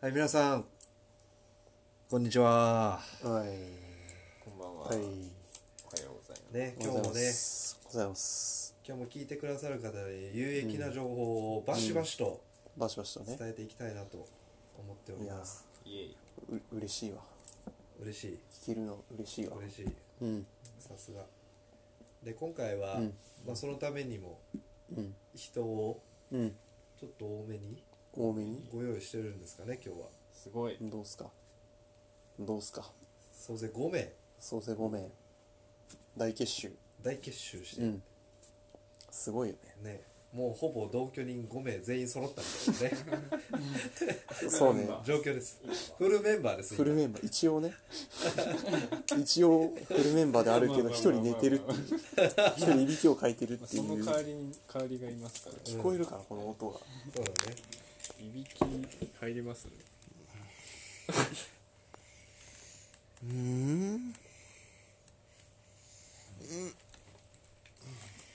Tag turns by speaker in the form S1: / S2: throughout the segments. S1: はい、皆さん、こんにちは。
S2: はい。
S3: こんばんは。
S2: はい。
S3: おはようございます。
S1: ね、今日もね、
S2: ございます。
S1: 今日も聞いてくださる方に有益な情報をバシバシと
S2: バシバシとね。
S1: 伝えていきたいなと思っております。
S3: イエイ。
S2: う嬉しいわ。
S1: 嬉しい、
S2: 聞けるの嬉しいわ。
S1: 嬉しい、
S2: うん。
S1: さすが。で、今回は、
S2: うん
S1: まあ、そのためにも
S2: うん。
S1: 人を
S2: うん。
S1: ちょっと多めに
S2: 多めに。
S1: ご用意してるんですかね、今日は。
S3: すごい。
S2: どうすかどうすか
S1: 総勢5名
S2: 総勢5名。大結集。
S1: 大結集して、
S2: うん。すごいよね。
S1: ね、もうほぼ同居人5名全員揃ったみたいな ね、
S2: そうね。
S1: 状況です。フルメンバーです、
S2: フル
S1: 今
S2: メンバー、一応 ね。一応、フルメンバーであるけど、
S3: まあまあまあまあ
S2: 一人寝てるっていう。一人いびきをかいてる
S3: まあ
S2: ってい
S3: その
S2: う。
S3: 代わりに、代わりがいますから、
S2: 聞こえるかな、この音が。
S1: そうだね。
S3: いびき入りますね。
S2: うん。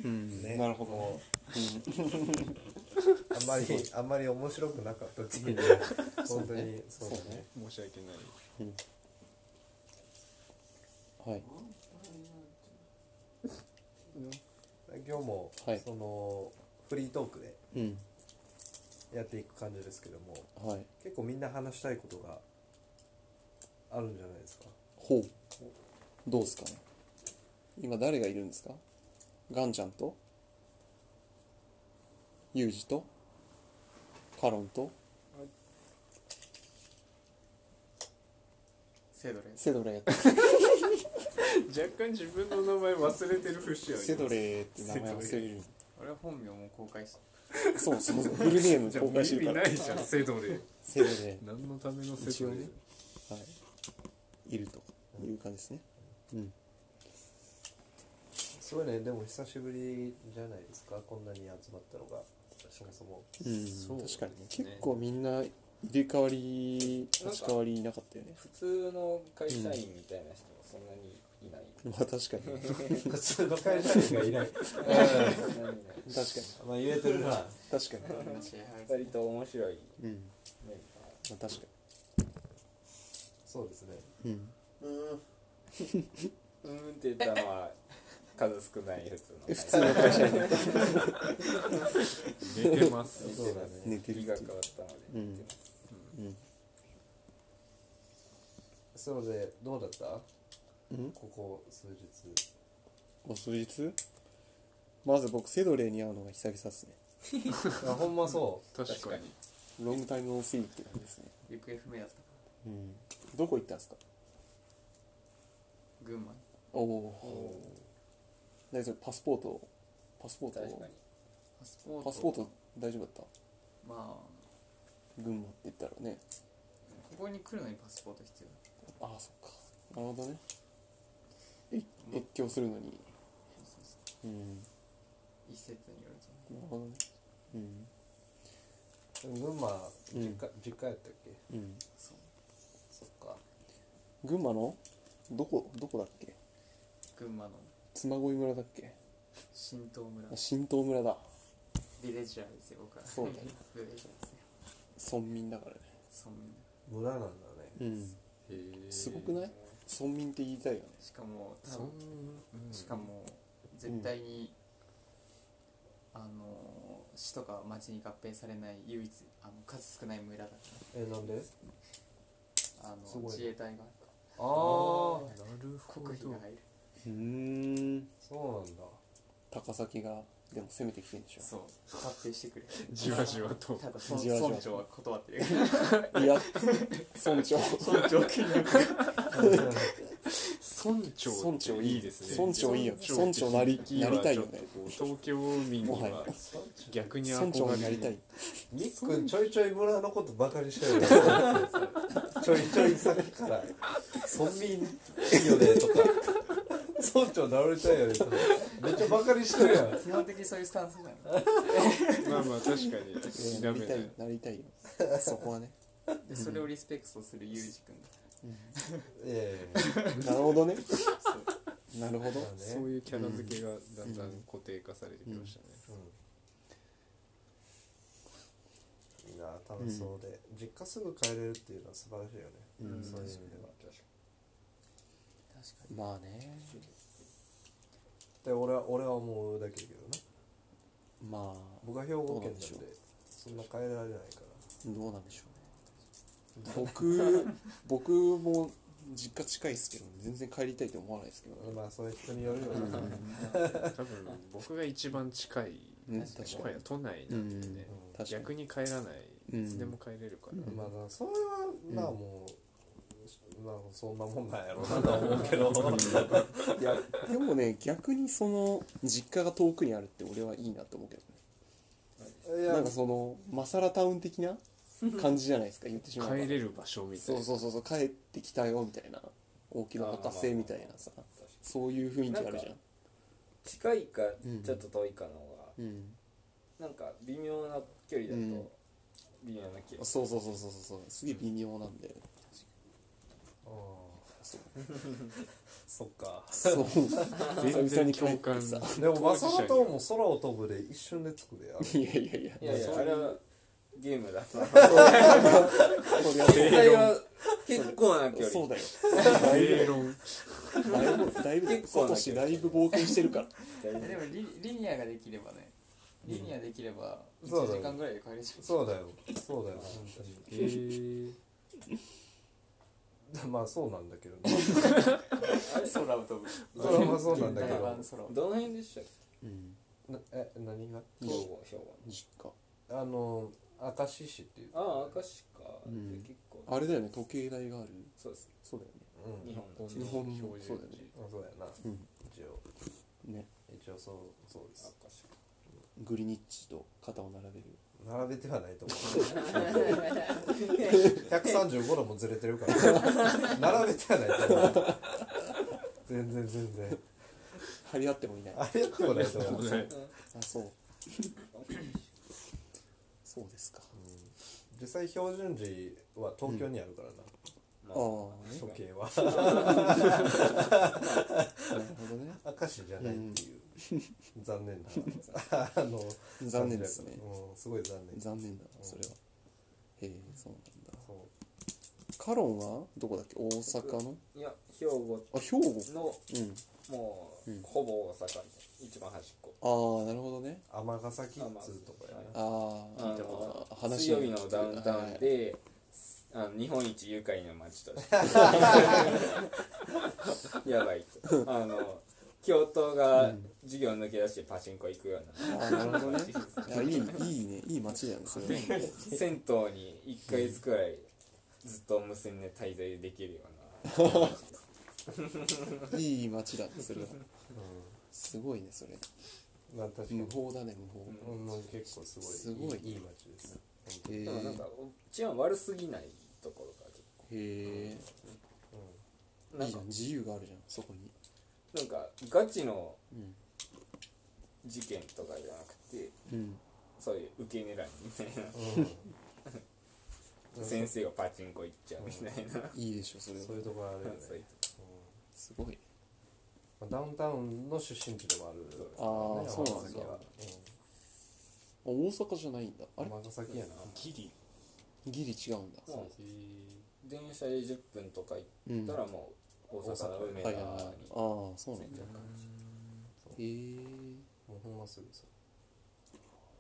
S2: うん。
S1: ね
S2: なるほど。
S1: あんまりあんまり面白くなかったっていう本当にそうだね
S3: 申し訳ない。
S2: はい。
S1: 今日も、
S2: はい
S1: そのフリートークで
S2: うん。
S1: やっていく感じですけども
S2: はい。
S1: 結構みんな話したいことがあるんじゃないですか
S2: ほう。どうですかね。今誰がいるんですかガンちゃんと、ユージと、カロンと、
S3: セドレ。
S2: セドレー。
S3: 若干自分の名前忘れてる節あ
S2: セド
S3: り
S2: レーって名前忘れる。
S3: ます。あれは本名も公開し
S2: そうそうそう。フルネーム
S3: じゃあ
S2: 公
S3: 意
S2: 開して
S3: 味
S2: るか
S3: な
S2: ら。
S3: いじゃん、セドレ。
S2: セドレー。
S3: 何のためのセ
S2: 一
S3: ド
S2: 応
S3: レ
S2: ね。はい。いるという感じですね。うん。
S1: すごいねでも久しぶりじゃないですかこんなに集まったのがそもそも
S2: うん、
S3: そう
S2: 確かに、ね、
S3: ですね
S2: 結構みんな入れ替わり立ち替わりいなかったよね
S4: 普通の会社員みたいな人もそんなにいない。
S2: まあ 確かに
S1: 普通の会社員がいない
S4: そんなにいない
S2: 確かに
S1: まあ言えてるな
S2: 確かに
S4: 二人と面白い
S2: うん、
S4: メン
S2: まあ、確か
S1: そうですね
S2: にうん
S4: バー。うーんって言ったのは数少ないやつの
S2: え普通の会社員
S3: 寝てます。
S4: そうだね。
S2: 寝てるっていう
S4: 日が変わったので。
S2: うん
S4: 寝てます
S2: うん、
S1: それでどうだった
S2: うん、
S1: ここ数日
S2: お数日まず僕セドレーに会うのが久々ですね
S1: あほんまそう
S3: 確かに。
S2: ロングタイムオンスイーって感じですね
S5: 行方不明だった
S2: うんどこ行ったんですか
S5: 群馬に
S2: おおー大丈夫パスポートパスポート
S4: 確かに。
S5: パスポート
S2: パスポート大丈夫だった
S5: まあ
S2: 群馬って言ったらね
S5: ここに来るのにパスポート必要だ
S2: ああそっかなるほどねえ越境するのに
S5: そうそうそ
S2: うん
S5: う一説によるとね
S2: なるほどねう
S1: で
S2: ん
S1: も群馬実家、
S2: うん
S1: 実家やったっけ
S2: うん
S5: そう
S1: そっか
S2: 群馬のどこどこだっけ
S5: 群馬の
S2: 嬬恋村だっけ
S5: 新東村
S2: あ新東村だ
S5: ビレッジャーですよ僕は
S2: そうだ ね
S5: ビレッジャーですよ
S2: 村民だからね
S5: 村民
S1: 村なんだね
S2: うん
S3: へー
S2: すごくない村民って言いたいよね
S5: しかも多
S3: そ
S5: 分
S3: ん
S5: しか。も絶対に、あの市とか町に合併されない唯一あの数少ない村だか
S1: えなんで
S5: らあ
S1: す
S5: の
S1: ごい
S5: 自衛隊が
S1: ああ
S3: ああ、なるほ
S5: 国費
S3: ど
S5: が。入る
S2: うーん
S1: そうなんだ
S2: 高崎がでも攻めてきてるんでし
S5: そう合併してくれ
S3: じわじわと。
S5: ただ村
S2: じわじわ
S5: 村長は断ってる
S2: ょ いや村長
S5: 村長気になる
S3: 村長
S2: 村長
S3: い
S2: い
S3: い
S2: い
S3: で
S2: ですす
S3: ね
S2: ね村長いいよ村長なりなりたいよね
S3: 東京民に
S2: もはや
S3: は逆に
S2: 村長
S3: 憧
S2: にな
S3: れ
S2: りた
S3: る
S2: い
S1: みっくんちょいちょい村のことばかり してるよちょいちょいさっきから村民いいよねとか村長なれたいよねとかめっちゃばかりして るやん
S5: 基本的にそういうスタンスなの
S3: まあまあ確かに
S2: うん
S3: 否
S2: なり
S3: め
S2: た
S3: ない
S2: いなりたいよそこはね
S5: でそれをリスペクトするユージ君だ
S1: いやいやい
S2: なるほどねなるほど
S1: やまあ
S3: そ
S1: ね
S3: ういうキャラ付けがだんだん固定化されてきましたね
S1: うんいいな楽しそうで、実家すぐ帰れるっていうのは素晴らしいよね、
S2: うん
S1: そういう意味では
S5: 確かに
S2: まあね
S1: で俺は俺は思うだけだけどな
S2: まあ
S1: 僕は兵庫
S2: どうな
S1: 県
S2: んでしょ
S1: なん
S2: う
S1: でそんな帰れられないから
S2: どうなんでしょうね僕僕も実家近いですけど全然帰りたいと思わないですけどね
S1: まあそういう人によるよね、うん
S3: 多分僕が一番近い
S2: うん
S5: 確かに
S3: もはや都内なんでね、
S2: 確かに
S3: 逆に帰らない、
S2: うん
S3: いつでも帰れるから、
S1: まあそれはまあもう、まあそんなもんなんやろうなとは思うけどいや
S2: でもね逆にその実家が遠くにあるって俺はいいなと思うけど
S1: い
S2: ね
S1: や
S2: なんかそのマサラタウン的な感じじゃないですか言ってしまえば
S3: 帰れる場所みたい
S2: そ
S3: な
S2: うそうそうそう帰ってきたよみたいな大木の博士みたいなさそういう雰囲気あるじゃん
S4: 近いか
S2: うん
S4: ちょっと遠いかの方が、
S2: うん
S4: なんか微妙な距離だ
S2: うん
S4: と微妙な距離、
S2: そうそうそうそうそうすげえ微妙なんだよね
S1: あーそっか
S2: そう
S3: 全
S2: 久々
S3: 然
S2: に帰
S3: 共
S2: って
S3: 感
S2: さ
S1: でもマ
S3: 当
S1: サ
S3: 事者
S1: ラ
S3: に
S1: とも空を飛ぶで一瞬で作るやん
S2: いやいやいや
S4: いやいやあれはゲーム だと
S2: そりゃ
S4: 実際は結構な距離
S2: そうだよだいぶ
S3: 正論
S2: だいぶだいぶ
S4: 結構
S2: サ
S4: な
S2: トシだいぶ冒険してるから
S5: えでもリリニアができればねリニアできれば
S1: うん
S5: 1時間ぐらいで帰れちゃう
S1: そうだよそうだよ本当に
S3: えー、
S1: まあそうなんだけどね
S5: 空を飛ぶ
S1: それはまあそうなんだけ
S5: 台湾
S1: ど
S5: 空を
S4: どの辺でしたっ
S2: うん
S1: なえ何が
S4: け兵庫兵庫
S2: 実家
S1: あの明石市っていう
S4: ああ明石か、
S2: うん
S4: で結構
S2: あれだよね時計台がある
S4: そうです
S2: そうだよね
S1: うん
S4: 日本
S2: 日本のそうだよね
S1: あそうやな
S2: うん
S1: 一応
S2: ね
S1: 一応そうそうです
S4: 明石
S2: グリニッチと肩を並べる
S1: 並べてはないと思う135度もずれてるから並べてはないと思う全然全然
S2: 張り合ってもいないあ
S1: あれやってもないと思う、うん、
S3: ね
S2: そうそうですか
S1: 実際標準時は東京にあるからな、
S4: ま
S2: あ
S4: あ
S2: あね
S1: 時計は
S2: なるほどね
S1: 明石じゃないっていう、残念なあの
S2: 残念ですね
S1: うん、すごい残念
S2: 残念だなそれはへえそうなんだ
S1: そう
S2: カロンはどこだっけ大阪の
S4: いや兵庫
S2: あ兵庫
S4: の
S2: うん
S4: もう、
S2: うん
S4: ほぼ大阪みたいな一番端っこ
S2: ああなるほどね
S1: 尼崎通とかやな、
S4: あ
S2: あ
S4: まあ
S2: あ
S4: の
S2: あ話
S4: 水曜日のダウンタウン
S2: はい
S4: で、あの日本一愉快な街として やばいとあの教頭
S2: う
S4: が
S2: ん
S4: 授業抜け出してパチンコ行くような、
S2: あーなるほどねあいいいいねいい街だよねそれは
S4: 銭湯に1ヶ月くらいずっと無線で滞在できるような
S2: いい街だねそれは
S1: う
S2: すごいねそれ
S1: ん、まあ確かに、
S2: 無法だね無法
S1: うんもう結構すごい
S2: すごい
S1: いい街です、
S2: へえ
S4: でもなんか治安悪すぎないところが結
S2: へ
S1: う
S4: 構
S2: え
S4: な
S2: いじ
S4: いんか
S2: ゃん自由があるじゃんそこに
S4: なんかガチの
S2: うん
S4: 事件とかじゃなくて
S2: うん
S4: そういう受け狙いみたいなん
S1: うん
S4: 先生がパチンコ行っちゃうみたいな、
S2: いいでしょそれは
S1: そういうところあるよね、
S4: そういう
S2: すごい
S1: うんまあ、ダウンタウンの出身地でもある
S2: あーそうなん
S1: 尼崎
S2: だ
S1: は
S2: あ大阪じゃないんだあ
S1: う
S2: れ
S1: ん尼崎やな
S3: ギリ
S2: ギリ違うんだ
S4: も
S3: えー
S4: う電車で10分とか行
S2: うん
S4: ったらもう大阪の梅
S2: はい
S4: 田
S2: はいは
S4: に
S2: いああそうなんだ
S4: 着く感じ
S2: へえ
S1: もうほんますぐそ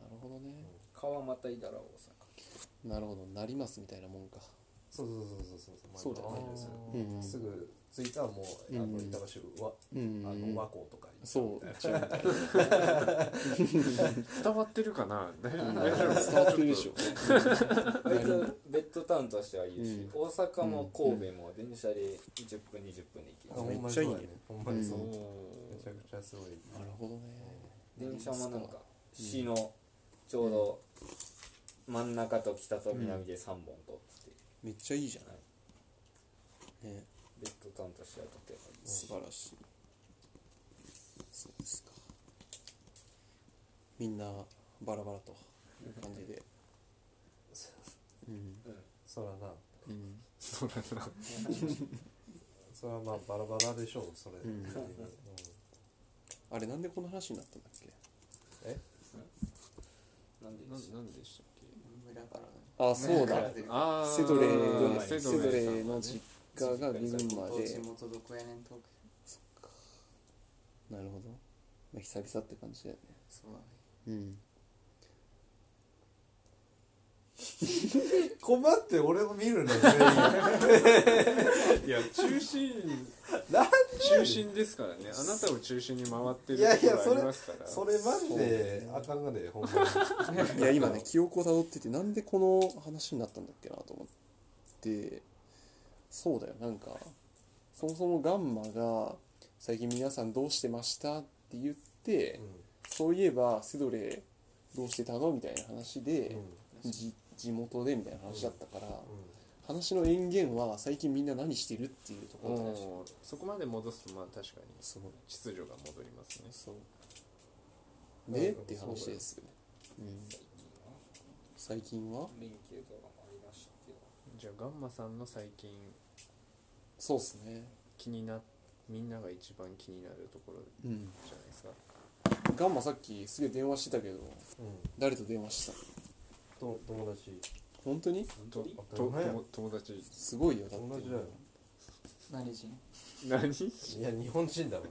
S2: なるほどね
S4: 川またいだら大
S2: なるほどなりますみたいなもんか
S1: うそうそうそうそう
S2: そうだよね
S1: ね
S2: うん
S1: すぐ着いたらもうあ
S2: う
S1: の
S2: ん
S1: 板橋は、
S2: うん
S1: あの和光とか行っちゃ
S2: そう
S1: みたいな
S2: 違う
S3: 伝わってるかな大丈夫大丈夫
S2: 伝わってるでしょ
S4: 阪割とベッドタウンとしてはいいし、
S2: う
S4: 大阪も神戸も電車で10分20分で行け
S1: あ
S4: る、
S1: ほんまにそうやねほんまにそう、
S2: うん
S1: め
S3: お
S1: ちゃくちゃすごい
S2: なるほどね
S4: 電車もなんか市のちょうど真ん中と北と南で3本通ってて
S2: めっちゃいいじゃない、ね
S4: ベッドタウンとしてはとてもいい
S2: 素晴らしいそうですかみんなバラバラという感じでうん
S1: そらな
S2: うん
S3: そうだな
S1: それはまあバラバラでしょうそれ、
S2: うんあれなんでこの話になったんだっけ
S1: え
S4: なんで
S3: ななんでしたっけ
S5: 裏から
S2: あそうだ
S5: 裏からというか
S3: あー
S2: セドレーが
S4: セ
S2: セ
S4: ドレ
S2: ドレ
S4: ーさん
S2: ーの実家が群馬
S5: どっち
S2: で
S5: 元どこやねんと
S2: なるほど、まあ、久々って感じだよね
S5: そうだね
S2: うん
S1: 困って俺を見るの全員
S3: いや中心
S1: なん
S3: 中心ですからねあなたを中心に回ってると
S1: いやいや
S3: こ
S1: そ
S3: ろ
S1: れ
S3: ありますから
S1: それマジであかんがねほんまに
S2: いや今ね記憶をたどっててなんでこの話になったんだっけなと思ってそうだよなんかそもそもガンマが「最近皆さんどうしてました?」って言って、そういえばセドレーどうしてたのみたいな話
S1: うん
S2: で
S1: う、ん
S2: じ地元でみたいな話だったから、話の延源は最近みんな何してるっていうところだったらしい
S3: おーそこまで戻すとまあ確かに
S2: すごい
S3: 秩序が戻りますね
S2: そうね
S1: なん
S2: っ
S1: か
S2: ていう話ですよね、うん、最近は
S4: 連休とかもありましたけど
S3: じゃあガンマさんの最近
S2: そうっすね
S3: 気になみんなが一番気になるところ
S2: うん
S3: じゃないですか
S2: ガンマさっきすげえ電話してたけど
S1: うん
S2: 誰と電話した
S1: と友達
S2: 本当に
S4: 本当
S3: と
S4: に
S3: と
S1: 当たり前や
S3: と友達
S2: すごいよだって
S1: 友達だよ
S5: 何人
S3: 何
S1: いや日本人だ わ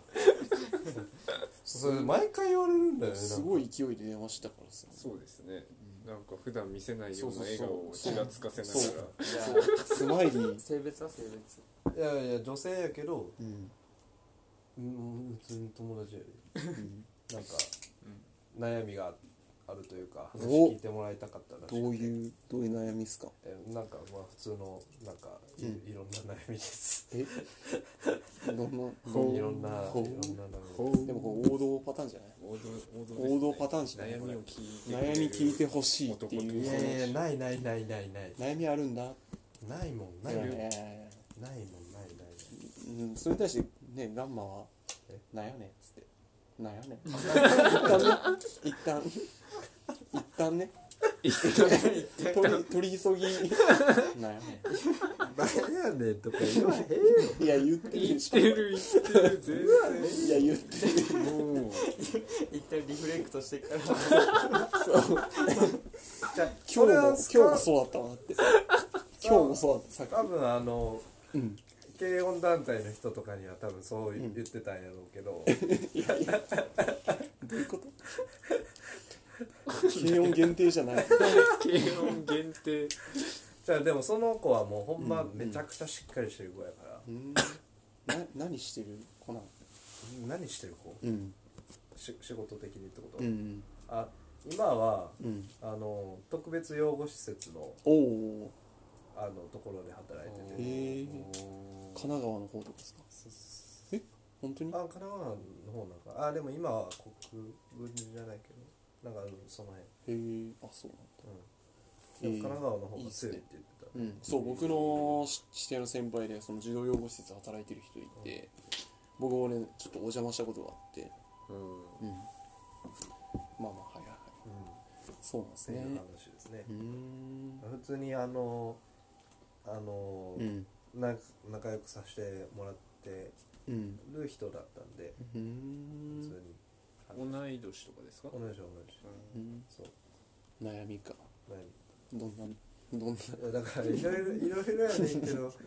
S1: それ毎回言われるんだよね
S2: すごい勢いで電話してたからさ
S3: そうですね
S2: うん
S3: なんか普段見せないような
S2: そうそう
S3: 笑
S2: そう
S3: 顔をちらつかせながら
S5: いや
S2: スマイリー
S5: 性別は性別
S1: いやいや女性やけど
S2: うん、
S1: うん普通に友達やで
S2: うん、
S1: なんか悩みがあるというか
S2: お
S1: 話聞いてもらいたかったらしくて
S2: どういうどういう悩みっすか
S1: えなんかまあ普通のなんかい,、
S2: うん
S1: ろんな悩みです
S2: えどんな
S1: ほういろんないろ
S2: ほ
S1: ん
S2: う
S1: な悩み
S3: ほ
S2: でもこれ王道パターンじゃない
S3: 王道王道ですね
S2: 王道パターンじゃない
S3: 悩みを聞いてくれる
S2: 悩み聞いてほしいっていう
S1: い
S2: そ
S1: や
S2: の
S1: いやないないないないない
S2: 悩みあるんだ
S1: ないもんないもんない
S2: ね
S1: もんないない
S2: うん、それに対してねガンマは
S1: え
S2: 「なんやねん」っつって「なんやねん」 一旦ね一旦一旦ね取り取り急ぎ「なんやね
S1: ないなんやねんとか言わへんよ
S2: ん」いや言ってる
S3: 言
S2: で
S3: っ
S2: して
S3: る言ってる
S2: ょいや言ってる
S3: 全然もう
S5: 一旦リフレクトしてから
S2: 今
S1: そ
S2: 日
S1: れ
S2: も
S1: は
S2: 今日もそうだったわって今日もそうだったさっき
S1: 多分あの
S2: うん
S1: 軽音団体の人とかには多分そう言ってたんやろうけど、
S2: いやいやどういうこと軽音限定じゃない
S3: 軽音限定
S1: じゃあでもその子はもうほんま
S2: うん
S1: めちゃくちゃしっかりしてる子やから、
S2: うんな何してる子なの
S1: 何してる子
S2: うん
S1: し仕事的にってこと、
S2: うん
S1: あ今は
S2: うん
S1: あの特別養護施設の
S2: おお
S1: あのところで働いて
S2: へ
S1: て
S2: え神奈川の方とかですかえ本当に
S1: あ神奈川の方なんかあでも今は国分じゃないけどなんかあのその辺、
S2: へえあそう
S1: うん、でも
S2: へ
S1: 神
S2: え
S1: 奈川の方が強いって言ってた、
S2: なんだ、うん、そう僕のし指定の先輩でその児童養護施設で働いてる人いて、僕もねちょっとお邪魔したことがあって、
S3: うん
S2: うん、まあまあはいはいはいそうなんです
S1: うん、っていう
S2: ね
S1: 話ですね
S2: うーん
S1: 普通にあのあの、
S2: うん
S1: なんか仲良くさせてもらって
S2: うん
S1: る人だったんで、
S2: う
S1: 普
S2: ーん
S1: 通に
S3: 同い年とかですか
S1: 同じ同じ
S2: うん
S1: そう
S2: 悩みか
S1: 何
S2: どんなどんない
S1: やだからいろいろいろいろやねんけど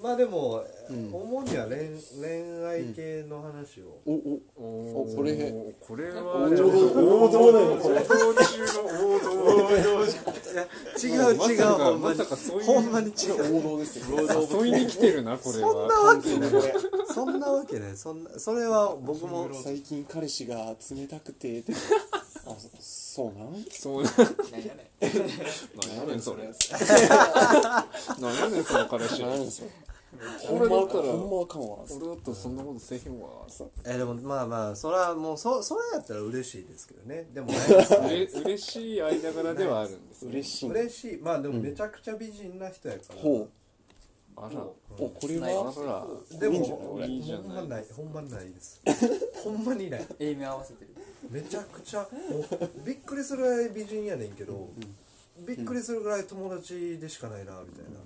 S1: まあでも、
S2: うん
S1: 主には恋恋愛系の話を、
S2: おお
S3: おー
S2: これ
S3: これは
S2: 王道王道だよこれ
S3: 王道中の王道
S1: 違
S3: まさかまさかそういう
S1: に違
S2: 王道ですよ
S3: 誘いに来てるなこれ
S1: そんな
S3: は
S1: わけないそんなわけないそんなそれは僕も
S2: 最近彼氏が冷たくてあそそうなん
S3: そうな
S5: 何やね
S3: 何やねんそれ何やねんその彼氏
S2: 知らないんですよ
S3: こ
S2: ほん
S3: れ
S2: ま
S3: だ
S2: あ
S3: った
S2: からんほんまあかんわ
S3: 俺だったらそんなことせえへんわ
S1: えでもまあまあそれはもうそそれやったら嬉しいですけどねでもね
S3: うれ嬉しい間柄ではあるんですね
S2: 嬉しい
S1: 嬉しいまあでも
S2: うん
S1: めちゃくちゃ美人な人やから、
S2: ほ
S3: あら
S2: うおこれ
S5: ない
S2: は
S3: あ
S1: で
S2: いいん
S1: も
S2: じゃない
S1: ほ
S3: 俺いいじゃ
S1: ん
S3: な
S1: ま
S3: い
S1: ないほんまないですほんまにない
S5: エイム合わせてる
S1: めちゃくちゃもうびっくりするぐらい美人やねんけど、びっくりするぐらい友達でしかないなみたいな、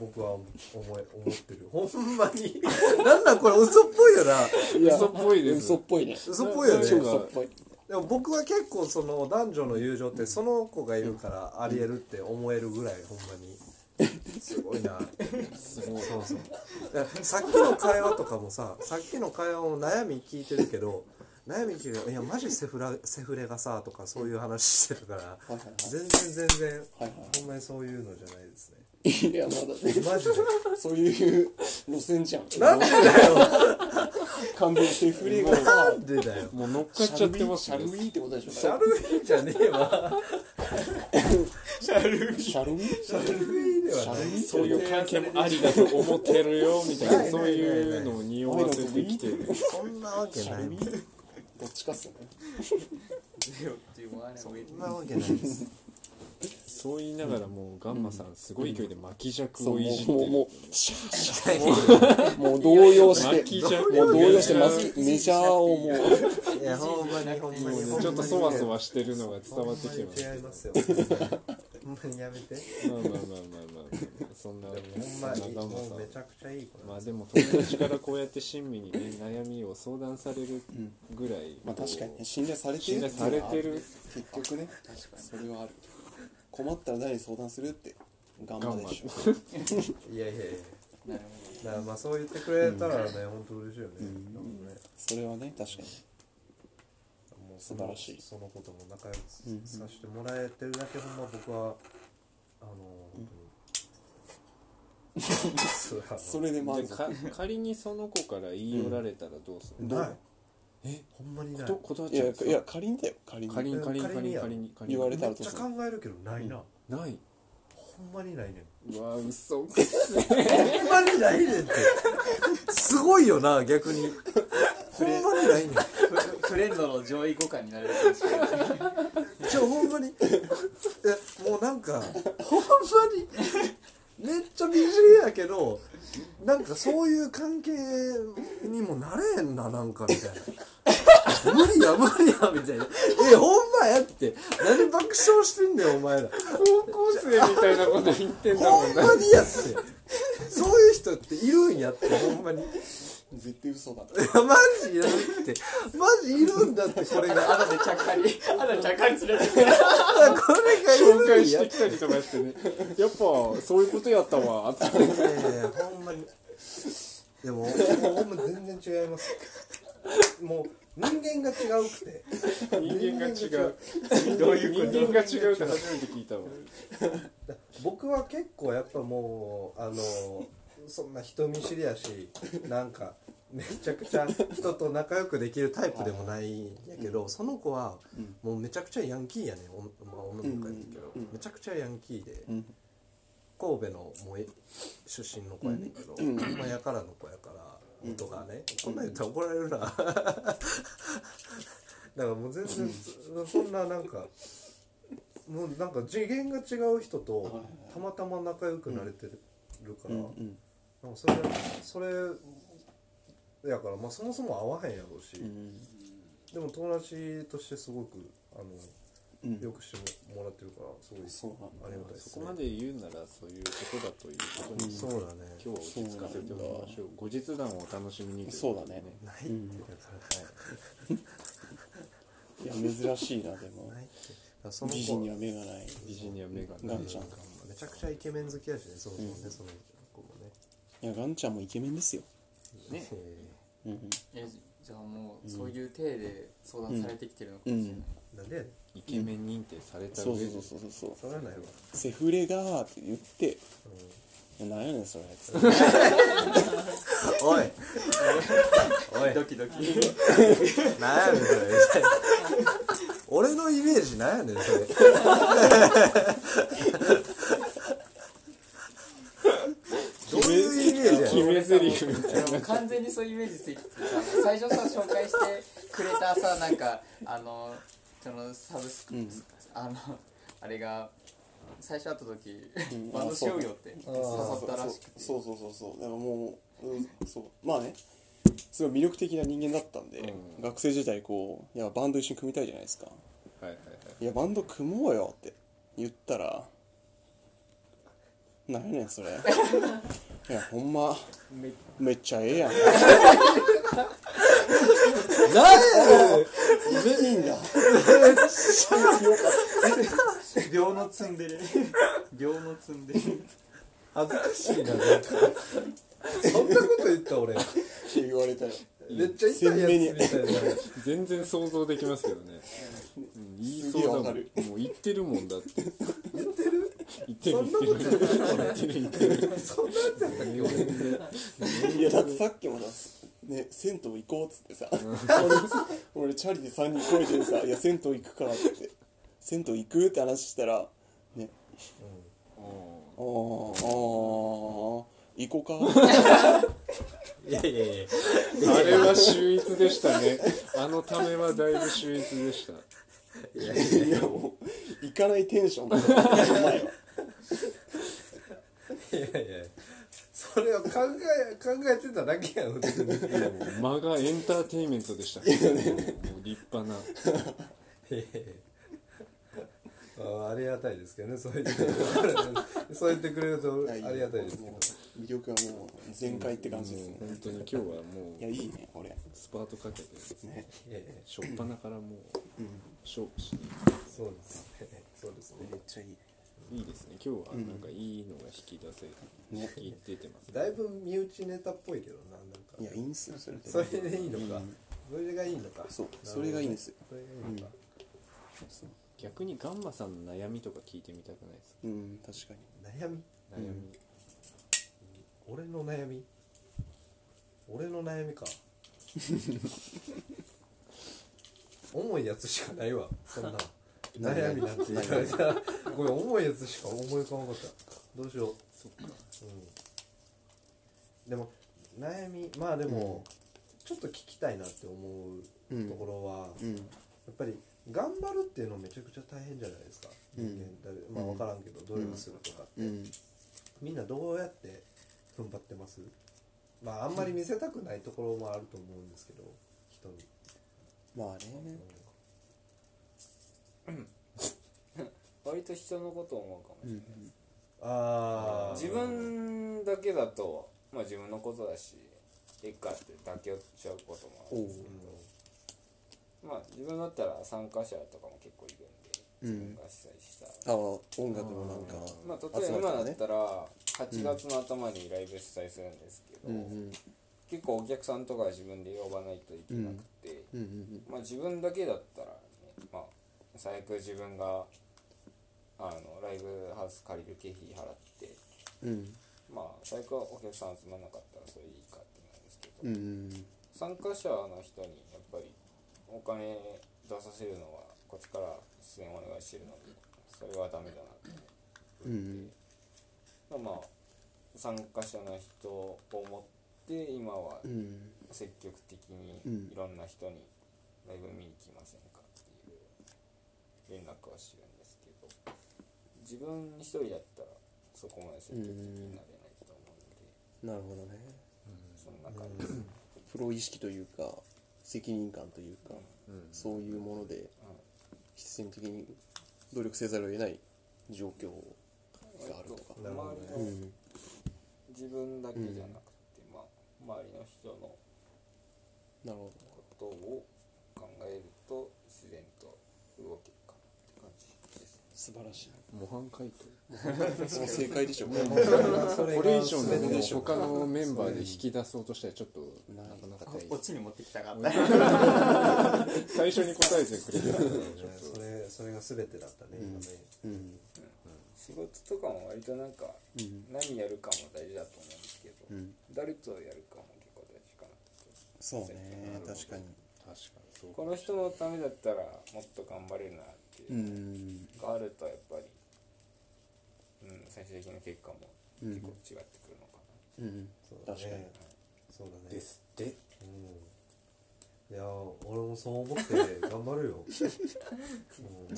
S1: 僕は思思い思ってるほんまに なんだこれ嘘っぽいよない
S2: や
S3: 嘘っぽいです
S2: 嘘っぽいね
S1: 嘘っぽいよね
S2: 超嘘っぽい
S1: でも僕は結構その男女の友情ってその子がいるからありえるって思えるぐらいほんまにすごいなすごいそうそうだからさっきの会話とかもささっきの会話も悩み聞いてるけど悩み聞いてるいやマジセフラセフレがさ」とかそういう話してるから
S2: はいはい
S1: 全然全然
S2: はい
S1: ほんまにそういうのじゃないですね
S2: はいいやまだね
S1: マジで
S2: そういう路線じゃん
S1: なんでだよ
S2: 完全にセフレがさ
S1: なんでだ よ
S3: もう乗っ
S2: シ
S3: かっちゃ
S2: ャ
S3: っ
S2: ル
S3: て
S2: ウィー
S3: ま
S2: シ
S3: す
S2: ャ
S3: ね
S2: ルウィーってことでしょ
S1: シャルいじゃねえわ
S2: シャルウィー
S1: シャルいでは
S2: シャ
S1: な
S2: ルウ
S1: い
S2: ィー
S3: そういう関係もありだと思ってるよみたいな
S1: ないないないない
S3: そういうのを匂わせてきてる
S1: そんなわけ
S2: シャ
S1: な
S2: ルウ
S1: い
S2: ィーどっちかっすよね
S1: そんなわけないです
S3: そう言いながらもうガンマさんすごい勢いで巻き尺
S2: そ
S3: を
S2: う
S3: い
S2: も
S3: じっ
S2: うも
S3: て
S2: う
S3: る
S2: もうシャーシャーもう動揺
S3: 巻
S2: して
S3: き尺
S2: もう動揺して
S3: が
S2: マジメジャーをもう
S1: いやほんまにほんまに
S3: ちょっとそわそわしてるのが伝わってきてます
S1: 違いますよほんまにやめて
S3: まあまあまあまあまあそんなね
S1: ほんま
S3: そん
S1: に
S3: なガンマ
S1: も
S3: さ
S1: うんめちゃくちゃいい子
S3: まあでも友達からこうやって親身にね悩みを相談されるぐらい
S2: まあ確かにね信頼されてる
S3: 信
S2: って
S3: 頼
S2: いうのは
S3: されてる
S2: 結局ねそれはある困ったら誰に相談するって頑張るでしょ
S1: いやいやいや
S5: なる
S1: だからまあそう言ってくれたらね本当嬉しいよねなんかね
S2: それはね確かに
S1: もう
S2: 素晴らしい
S1: そのことも仲良くさせてもらえてるだけほんま僕はあの本当に そうあの
S2: それで満
S3: で
S2: 足
S3: か仮にその子から言い寄られたらどうする
S1: ないえほんまにない
S3: と断っ
S2: い
S3: ちゃ
S2: や
S3: う
S2: いや仮にだよ仮に
S3: 仮に仮に
S1: 仮
S3: 仮
S1: に
S3: に
S1: や
S3: 仮に仮に
S2: 言われ
S1: め
S2: たら
S1: っ
S2: どう
S1: ちゃ
S2: す
S1: 考
S2: る
S1: えるけどないな、
S3: ない
S1: ほんまにないねん
S3: うわ嘘
S1: ほんまにないねんってすごいよな逆にほんまにないねん
S5: ほどフレンドの上位互換になれるかもしれない
S1: ちょほんまにえもうなんかほんまにめっちゃ美人やけどなんかそういう関係にもなれへんななんかみたいな無理や無理やみたいなえほんまやって何爆笑してんだよお前ら
S3: 高校生みたいなこと言ってんだも
S1: ほん
S3: んな
S1: まにやってそういう人っているんやってほんまに
S2: 絶対嘘だ
S1: いやマジいるってマジいるんだってこれが
S5: あとでちゃっかりあとでちゃっかり連れてくる
S1: これ
S3: 紹
S1: がいる
S3: 介
S1: んや
S3: してきたりとかしてねやっぱそういうことやったわって
S1: いやいやいやほんまにでもほんま全然違いますもう人間が違うくて
S3: 人間が違う
S1: どういうこと
S3: 人間が違うって初めて聞いたわ
S1: 僕は結構やっぱもうあのそんな人見知りやしなんかめちゃくちゃ人と仲良くできるタイプでもないんやけどその子はもうめちゃくちゃヤンキーやねおまあ女の子やねんけどめちゃくちゃヤンキーで
S2: ん
S1: 神戸のもうえ出身の子やねんけどほんまやからの子やから音がねこんなん言ったら怒られるな だからもう全然そんななんか。もうなんか次元が違う人とたまたま仲良くなれてるから、
S2: うん
S1: なんかそれそれやから、まあ、そもそも合わへんやろうし、
S2: うん
S1: でも友達としてすごくあ
S2: う
S1: のよ
S2: ん
S1: くしてもらってるからすごい
S2: そうなんだ
S1: ありがたいで
S3: そ
S1: す
S3: こ
S1: ね
S3: まで言うならそういうことだということに
S1: そうだね
S3: 今日は落ち着かせておきましょう後日談をお楽しみにとい
S2: そうだね
S1: ないって言うから
S2: いや珍しいなでも
S1: ないってだからその
S2: 美
S1: 子
S2: 人に
S1: は
S2: は目がない
S3: 美人には目が
S2: ガ
S3: ない
S2: ンちゃん
S1: めちゃくちゃイケメン好きやしねそもそもね、その子もね
S2: いやガンちゃんもイケメンですよ
S3: ね
S1: え
S2: うんうん
S5: えじゃあもうそういう体で相談されてきてるのかもしれない、
S1: ーなんでやねん
S3: イケメン認定された
S2: そう
S3: 上
S2: そ
S3: で
S2: うそうそうそう
S1: それはないわ、
S2: セフレがーって言って
S1: うん
S2: なんやねんそれつ って
S1: おいおい
S5: ドキドキ
S1: なんやねんそれ俺のイメージなんやねんそれどういうイメージやね
S3: 決
S1: ん
S3: め台詞みたいな
S5: もう完全にそういうイメージついててさ最初さ紹介してくれたさなんかあのそのサブスク、
S2: うん
S5: あのあれが最初会った時、
S2: うん
S5: バンドしようよって
S1: あ
S5: 誘
S1: ー
S5: ったらしくて
S2: そうそうそうそうだからもう、うん、そうまあねすごい魅力的な人間だったんで、
S3: うん
S2: 学生時代こういやバンド一緒に組みたいじゃないですか
S3: はいはい
S2: いやバンド組もうよって言ったらなんやねんそ れ いやほんまめっちゃええやん
S1: なんで
S2: いいんだ。
S5: 秒のツンデレ秒のツンデレ
S1: 恥ずかしいななんかそんなこと言った俺
S2: って言われたよ。
S1: めっちゃ痛いやつみたいな
S3: 全然想像できますけどね、うん、言いそ
S2: す
S3: うだもん
S2: げえわか
S3: も
S2: る
S3: う言ってるもんだって言って
S1: そ
S3: る
S1: んなこと
S3: 言ってる言ってる言ってる
S1: そんなやつやったっけ俺
S2: いや、だってさっきもさ、ね、銭湯行こうっつってさ、俺、俺チャリで3人超えてさ、いや、銭湯行くからって、銭湯行くって話したら、ね、あー、あー、行こうか。
S4: いやいやいや
S3: うんあれは秀逸でしたねあのためはだいぶ秀逸でした
S2: いや、もう、行かないテンションだったお前は。
S1: いやいやそれを考え考えてただけやん普通にいやいや
S3: 間がエンターテインメントでしたねもう立派ない
S1: やまあありがたいですけどねそう言ってそう言ってくれるとありがたいですけど
S2: 魅力はもう、全開って感じですね
S3: も。う本当に今日はも
S2: いや、
S3: う
S2: いいね、これ。
S3: スパートかけてですね
S1: いやいや
S3: 初っ端からもう勝負しに
S1: そうですねそうですね
S2: めっちゃいい。
S3: いいですね今日はなんかいいのが引き出せ、引き出てます
S1: だいぶ身内ネタっぽいけどななんか
S2: いや、いいんすよ、それ
S1: それ
S2: で。
S1: でいいのか、それがいいのか
S2: そう、それがいいんですよ。
S1: それがいいのか、
S3: 逆にガンマさんの悩みとか聞いてみたくないですか
S2: うん、確かに。
S1: 悩み
S3: 悩み、
S1: 俺の悩み俺の悩み か重いやつしかないわそん な悩みなんて言われたらこれ重いやつしか思い浮かばなかったどうしよう
S3: そっか
S1: うんでも悩みまあでも、ちょっと聞きたいなって思うところは、
S2: うん、
S1: やっぱり頑張るっていうのめちゃくちゃ大変じゃないですか、人間誰まあ分からんけど努力するとかって、
S2: うん。
S1: みんなどうやって踏ん張ってますまああんまり見せたくないところもあると思うんですけど人に、
S2: まあね。
S4: 割と人のことを思うかもしれない、
S1: ああ
S4: 自分だけだと、まあ、自分のことだしいっかって妥協しちゃうこともあるんですけど、まあ、自分だったら参加者とかも結構いるんで参加したりした
S2: ああ、
S4: ら、
S2: 音楽のなんか。
S4: まあ、例えば今だったら8月の頭にライブ主催するんですけ
S2: う
S4: ど、
S2: んうん
S4: 結構お客さんとかは自分で呼ばないといけなくて、
S2: うんうん
S4: まあ、自分だけだったら、ねまあ、最悪自分があのライブハウス借りる経費払って、
S2: うん
S4: まあ、最悪はお客さん集まらなかったらそれいいかってなるんですけど、
S2: うんうん
S4: 参加者の人にやっぱりお金出させるのはこっちから出演お願いしてるのでそれはダメだなと思って、まあまあ参加者の人を持って今は
S2: うん
S4: 積極的
S2: うん
S4: にいろんな人にライブ見に来ませんかっていう連絡はしてるんですけど自分一人だったらそこまで積極的になれないと思うので、
S2: なるほどね
S4: そんな感じです、
S2: プロ意識というか責任感というか
S3: うん
S2: そういうもので
S4: はい
S2: 必然的に努力せざるを得ない状況があるとか
S4: 周りの
S2: うん
S4: 自分だけじゃなくて、まあ、周りの人の
S2: なるほ
S4: ことを考えると自然と動けるかなって感じです。
S2: 素晴らしい
S3: 模範解答
S2: もう正解でしょう
S1: それ
S3: これ以上の
S1: 全て
S3: ものを
S1: でしょ
S3: 他のメンバーで引き出そうとしたらちょっとなかなか大
S5: こ
S3: 変
S5: っちに持ってきたかった
S3: 最初に答えてくれるからねちょっ
S1: それそれが全てだったね、今ね
S2: うん
S4: 仕事とかも割となんか、何やるかも大事だと思うんですけど、
S2: ん
S4: 誰とやるかも結構大事かなって
S2: そうね確かに
S3: と確かにそう
S4: この人のためだったらもっと頑張れるなっていううの
S2: ん
S4: があるとやっぱり、うん、最終的な結果も結構違ってくるのかな。
S2: うん
S1: そうだ
S2: 確かに
S1: ねそうだね
S3: ですで
S1: うんいや俺もそう思って頑張るよ、うん、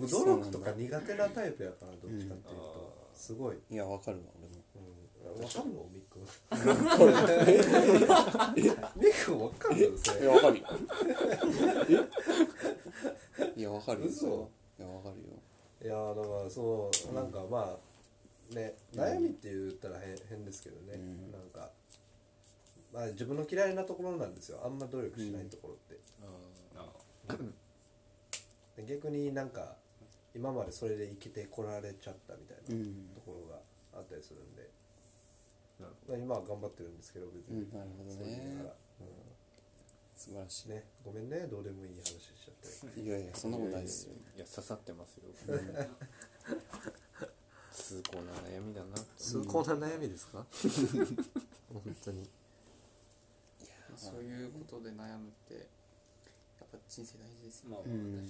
S1: 僕努力とか苦手なタイプやからどっちかっていうと、すごい、
S2: いやわかるわ俺も
S1: うん、わかるのみっ くんみっくんわかるのそ
S2: い
S1: れ
S2: や、わかるよ。えいや、わかるよ。
S1: 嘘
S2: それはいや、わかるよ。
S1: いやだからそうなんかまあね悩みって言ったら変変ですけどね、なんかまあ、自分の嫌いなところなんですよあんま努力しないところって、
S4: なあ
S1: で逆になんか今までそれで生きてこられちゃったみたいな
S2: うん
S1: ところがあったりするんで、
S3: なる
S1: まあ、今は頑張ってるんですけど別に、
S2: なるほ
S1: そう
S2: ど
S1: 言いな
S2: ね
S1: がら、
S2: 素晴らし
S1: うん、ねごめんねどうでもいい話しちゃって
S2: いいやいやそんなことないですよ
S3: いや刺さってますよ痛恨な悩みだな
S6: 痛恨な悩みですか本当に
S5: まあそういうことで悩むってやっぱ人生大事ですよ
S4: まあ、
S2: うん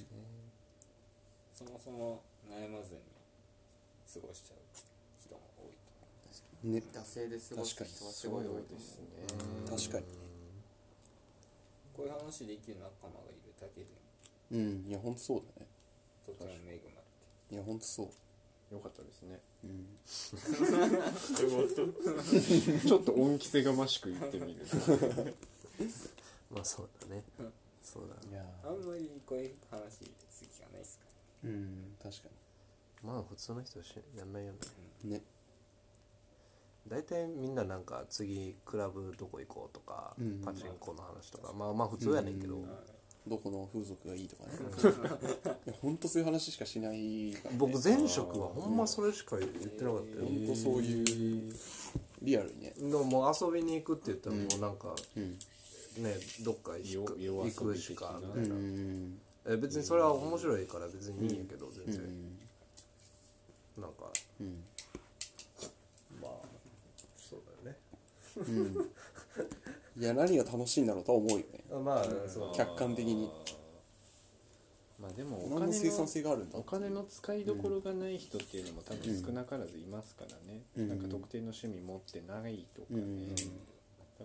S4: そもそも悩まずに過ごしちゃう人も多い
S2: ね
S5: 惰性で過ごす人はすごい多いと思う
S2: 確かに
S4: こういう話できる仲間がいるだけで
S2: うんいやほんとそうだね
S4: とても恵ま
S2: いやほんとそう
S3: よかったですね
S2: うん
S3: ちょっと恩着せがましく言って みる
S6: まあそうだねそうだ
S2: いや
S4: れてあんまりこういう話好きがないですか
S2: うん確か
S6: まあ普通の人はしやんないよね
S2: にね
S6: 大体みんななんか次クラブどこ行こうとか、
S2: うん
S6: パチンコの話とかまあまあ普通やねんけど、
S2: どこの風俗がいいとかねいやほんとそういう話しかしないからね
S6: 僕前職はほんまそれしか言ってなかったよ、
S2: ほんとそういうリアルにね
S6: でももう遊びに行くって言ったらもうなんか
S2: うん
S6: ねどっか行く
S3: 夜
S6: 行
S3: 夜遊
S6: く
S3: び
S6: し
S3: 的
S6: か
S3: な
S6: みたいな、
S2: ん
S6: え別にそれは面白いから別にいいんやけど全然、なんか
S2: うん
S1: まあそうだよね
S2: いや何が楽しいんだろうとは思うよね
S1: あまあ、そう
S2: 客観的に
S3: まあでもお
S2: 何の生
S3: 金の
S2: 産性があるんだ
S3: お金の使いどころがない人っていうのも多分少なからずいますからね、
S2: うん
S3: なんか特定の趣味持ってないとかね、
S2: うん
S3: だか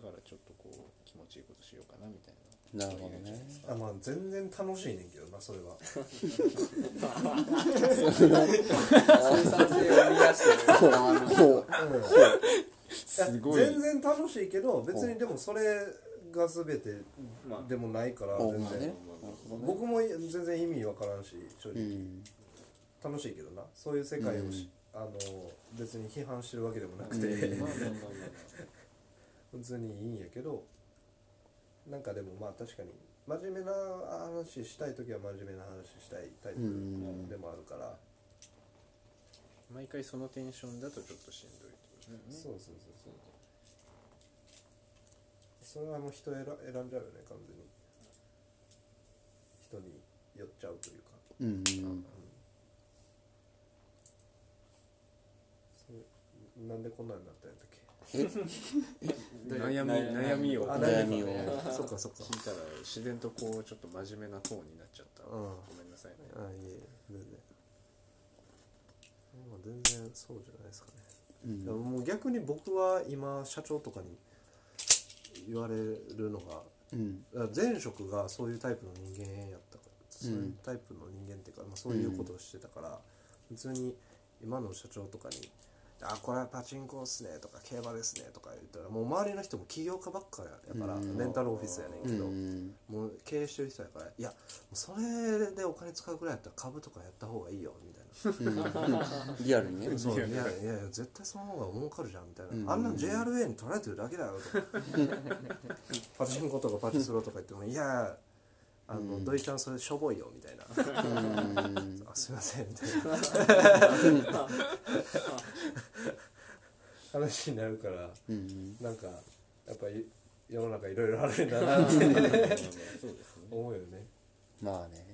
S3: らちょっとこう気持ちいいことしようかなみたい
S2: なるほどね
S1: あまあ全然楽しいねんけどなそれは
S5: 生産性を生み出してる
S2: そう
S3: すごい
S1: 全然楽しいけど別にでもそれが全て
S4: まあ
S1: でもないから
S2: ほ
S1: 全
S2: うまあ
S1: 然、
S2: ねなるほどね
S1: 僕も全然意味わからんし正
S2: う
S1: 直、
S2: ん
S1: 楽しいけどなそういう世界をし、あの別に批判してるわけでもなくて、
S4: まあまあまあ
S1: 普通にいいんやけどなんかでもまあ確かに真面目な話したい時は真面目な話したいタイプ
S2: うん
S1: でもあるから、
S3: な毎回そのテンションだとちょっとしんどいってことですね
S1: そうそうそうそうそれはもう人選選んじゃうよね完全に人に寄っちゃうというか
S2: うん
S1: それなんでこんなになったんやったっけ
S3: 悩み悩みを
S1: あ
S2: 悩みを
S6: そっかそっか
S3: 聞いたら自然とこうちょっと真面目な方になっちゃった、
S6: うん
S3: ごめんなさいね
S6: あいえいえ全然まあ全然そうじゃないですかね、
S2: うん
S6: いやもう逆に僕は今社長とかに言われるのが
S2: うん
S6: だから前職がそういうタイプの人間やったからそう
S2: うん
S6: いうタイプの人間っていうか、まあ、そういうことをしてたから、普通に今の社長とかに「あこれはパチンコっすね」とか「競馬ですね」とか言ったらもう周りの人も起業家ばっかやから、
S2: うん
S6: レンタルオフィスやねんけ
S2: う
S6: ど、
S2: ん
S6: もう経営してる人やから「いやもうそれでお金使うぐらいやったら株とかやった方がいいよ」みたいな
S2: リアルにね
S6: そういやいやいや絶対その方が儲かるじゃんみたいな、
S2: うん
S6: あんなの JRA に取られてるだけだよと パチンコとかパチスロとか言ってもいやあの、土井ちゃんそれしょぼいよみたいな
S2: うん
S6: あすいませんみたいな
S1: 話になるから
S2: うん
S1: なんかやっぱり世の中いろいろあるんだ なってね思うよね
S2: まあね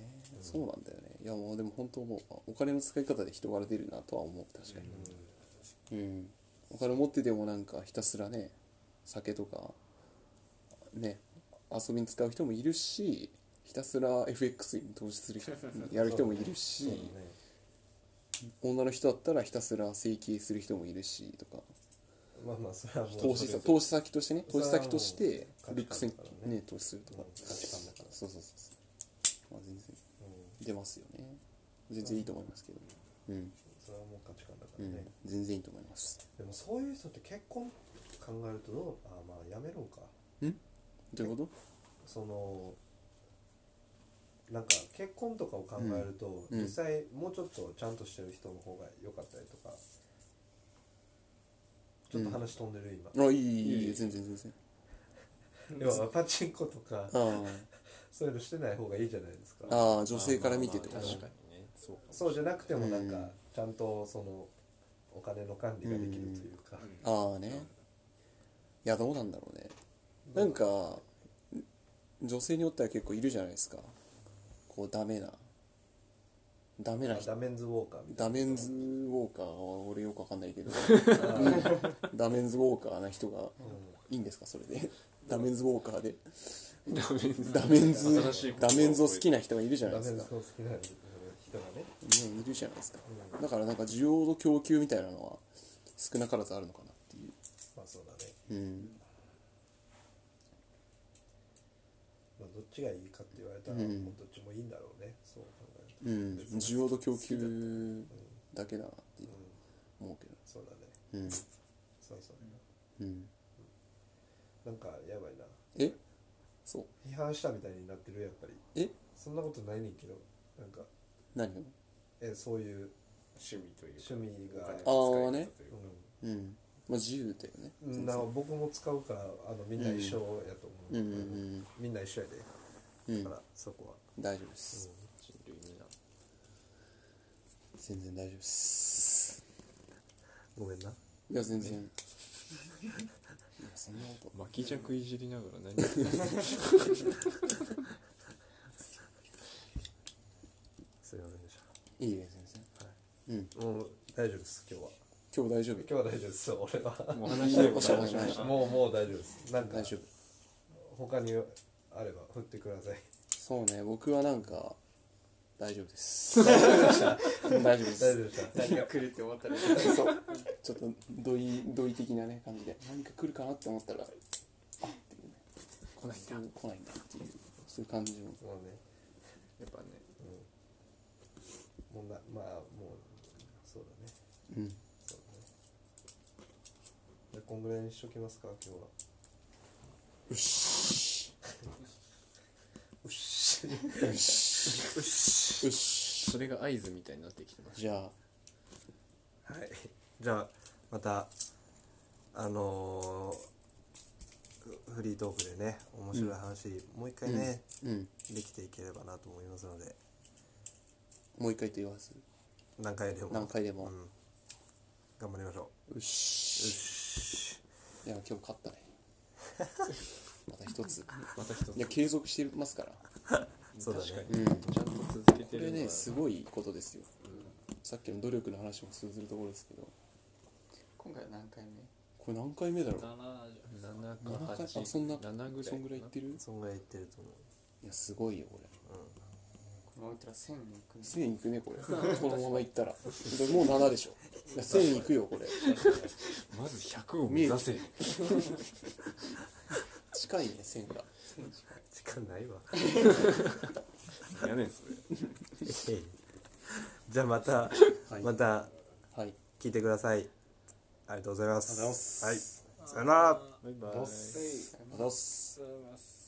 S2: そうなんだよねいやもうでも本当もうお金の使い方で人柄出るなとは思う確かにうんお金持っててもなんかひたすらね酒とかね遊びに使う人もいるしひたすら FX に投資する人やる人もいるし、
S1: ね
S2: 女の人だったらひたすら整形する人もいるしとか
S1: まあまあそれはもう
S2: 投資さ
S1: それ
S2: 投資先としてね投資先として
S1: それはもう
S2: ルックスに
S1: 価値観だからね
S2: ね投資すると
S1: う
S2: か
S1: ん価値観だから
S2: そうそうそうそうまあ全然
S1: うん
S2: 出ますよね全然いいと思いますけどうん、
S1: それはもう価値観だか
S2: う
S1: ら
S2: ん
S1: ね、
S2: 全然いいと思います
S1: でもそういう人って結婚考えるとどうあまあやめろうか
S2: どういうこ
S1: そのなんか結婚とかを考えると、
S2: うん
S1: 実際もうちょっとちゃんとしてる人の方が良かったりとかちょっと話飛んでる今、
S2: とあいいいいいい全然全然
S1: 要はパチンコとか
S2: あー
S1: そういうのしてない方がいいじゃないですか
S2: あー女性から見てってこ
S3: まあまあ
S2: と
S3: 確かにねそうかも
S1: そうじゃなくてもなん
S2: う
S1: か
S2: ん
S1: ちゃんとそのお金の管理ができるというか
S2: ああねいやどうなんだろうねなんか女性によっては結構いるじゃないですかこうダメなダメな
S1: あ
S2: 人
S1: ダメンズウォーカーみたい
S2: ダメンズウォーカーは俺よくわかんないけ どダメンズウォーカーな人が
S1: な、
S2: いいんですかそれ でダメンズウォーカーで
S3: ダメです
S2: ダメンズ
S3: 新しい言葉
S2: ダメンズを好きな人がいるじゃない
S1: ダ
S2: で
S1: メ
S2: す
S1: ンズ
S2: か
S1: の好きな人がね
S2: ねいるじゃないですかだからなんか需要と供給みたいなのは少なからずあるのかなってい
S1: まあそうだね、
S2: ううん
S1: まあ、どっちがいいかって言われたら、
S2: うん
S1: もうどっちもいいんだろうねそう考えると
S2: うん
S1: 別に
S2: 需要と供給だけだなって
S1: うん
S2: 思うけど
S1: そうだね
S2: うん
S1: そうそう
S2: うん
S1: なんかやばいな
S2: えそう
S1: 批判したみたいになってるやっぱり
S2: え
S1: そんなことないねんけどなんか
S2: 何
S1: えそういう
S4: 趣味という
S1: 趣
S4: か
S1: 味が
S4: お金の使い方というか
S2: うんまあ自由だよね
S1: うん、な僕も使うからあのみんな一緒やと思う、
S2: うんうん
S1: みんな一緒やで
S2: うんうん
S1: だからそこは、
S2: 大丈夫です
S3: 人類にな
S2: 全然大丈夫です
S1: ごめんない
S2: や全然いやそんなこと
S3: 巻き尺いじりながら何言ってんの
S1: すいませんでし
S2: いいえ全然うん
S1: たもう大丈夫です今日は
S2: 今日大丈夫
S1: 今日は大丈夫です俺は
S3: もう話したいこと
S2: お
S3: あ
S2: し
S3: る
S2: ゃべりしました
S1: もうもう大丈夫ですなんか
S2: 大丈夫
S1: 他にあれば振ってください
S2: そうね僕はなんか大丈夫です 大丈夫で
S1: 大
S2: す
S1: 丈夫でした
S5: 何が来るって思ったら
S2: そうちょっと土井土井的なね感じで何か来るかなって思ったらあっていうね来ないんだ来ないんだっていうそういう感じの
S1: もうね
S3: やっぱね
S1: もうなまあもうそうだね
S2: うん
S1: そうだねでこんぐらいにしときますか今日はうっしうっし
S2: よしよし
S3: それが合図みたいになってきてます
S2: じゃあ
S6: はいじゃあまたあのーフリートークでね面白い話、もう一回ね、
S2: うん
S6: できていければなと思いますので
S2: もう一回と言わず
S6: 何回でも
S2: 何回でも、
S6: うん、頑張りましょう
S2: よし
S6: よし
S2: いや今日勝ったねまた一つ
S3: また一つ
S2: いや継続してますから
S6: そうだね
S3: 確かに
S2: うんこ
S3: ちゃんと続けて
S2: れ
S3: るの
S2: ね
S3: は
S2: すごいことですよ、さっきの努力の話も通ずるところですけど
S5: 今回は何回目
S2: これ何回目だろう
S3: 7か
S2: あそんな
S3: 8 7ぐらい
S2: そんぐらいいってる
S6: そんぐらいいってると思
S2: いやすごいよこれ
S5: このままいったら1000いくね
S2: 1000いくねこれこのままいったらでもう7でしょいや1000いくよこれ
S3: まず100を目指せ
S2: 近いね1000が
S6: う時間ない わ
S3: やねんそれ
S6: じゃあまた、
S2: はい
S6: また
S2: はい
S6: 聞いてくださいありがとうございます
S2: ありがとうございます
S6: はいさよなら
S3: バ
S2: あ
S3: イバイ
S2: りがとうございます
S4: ありがとうございます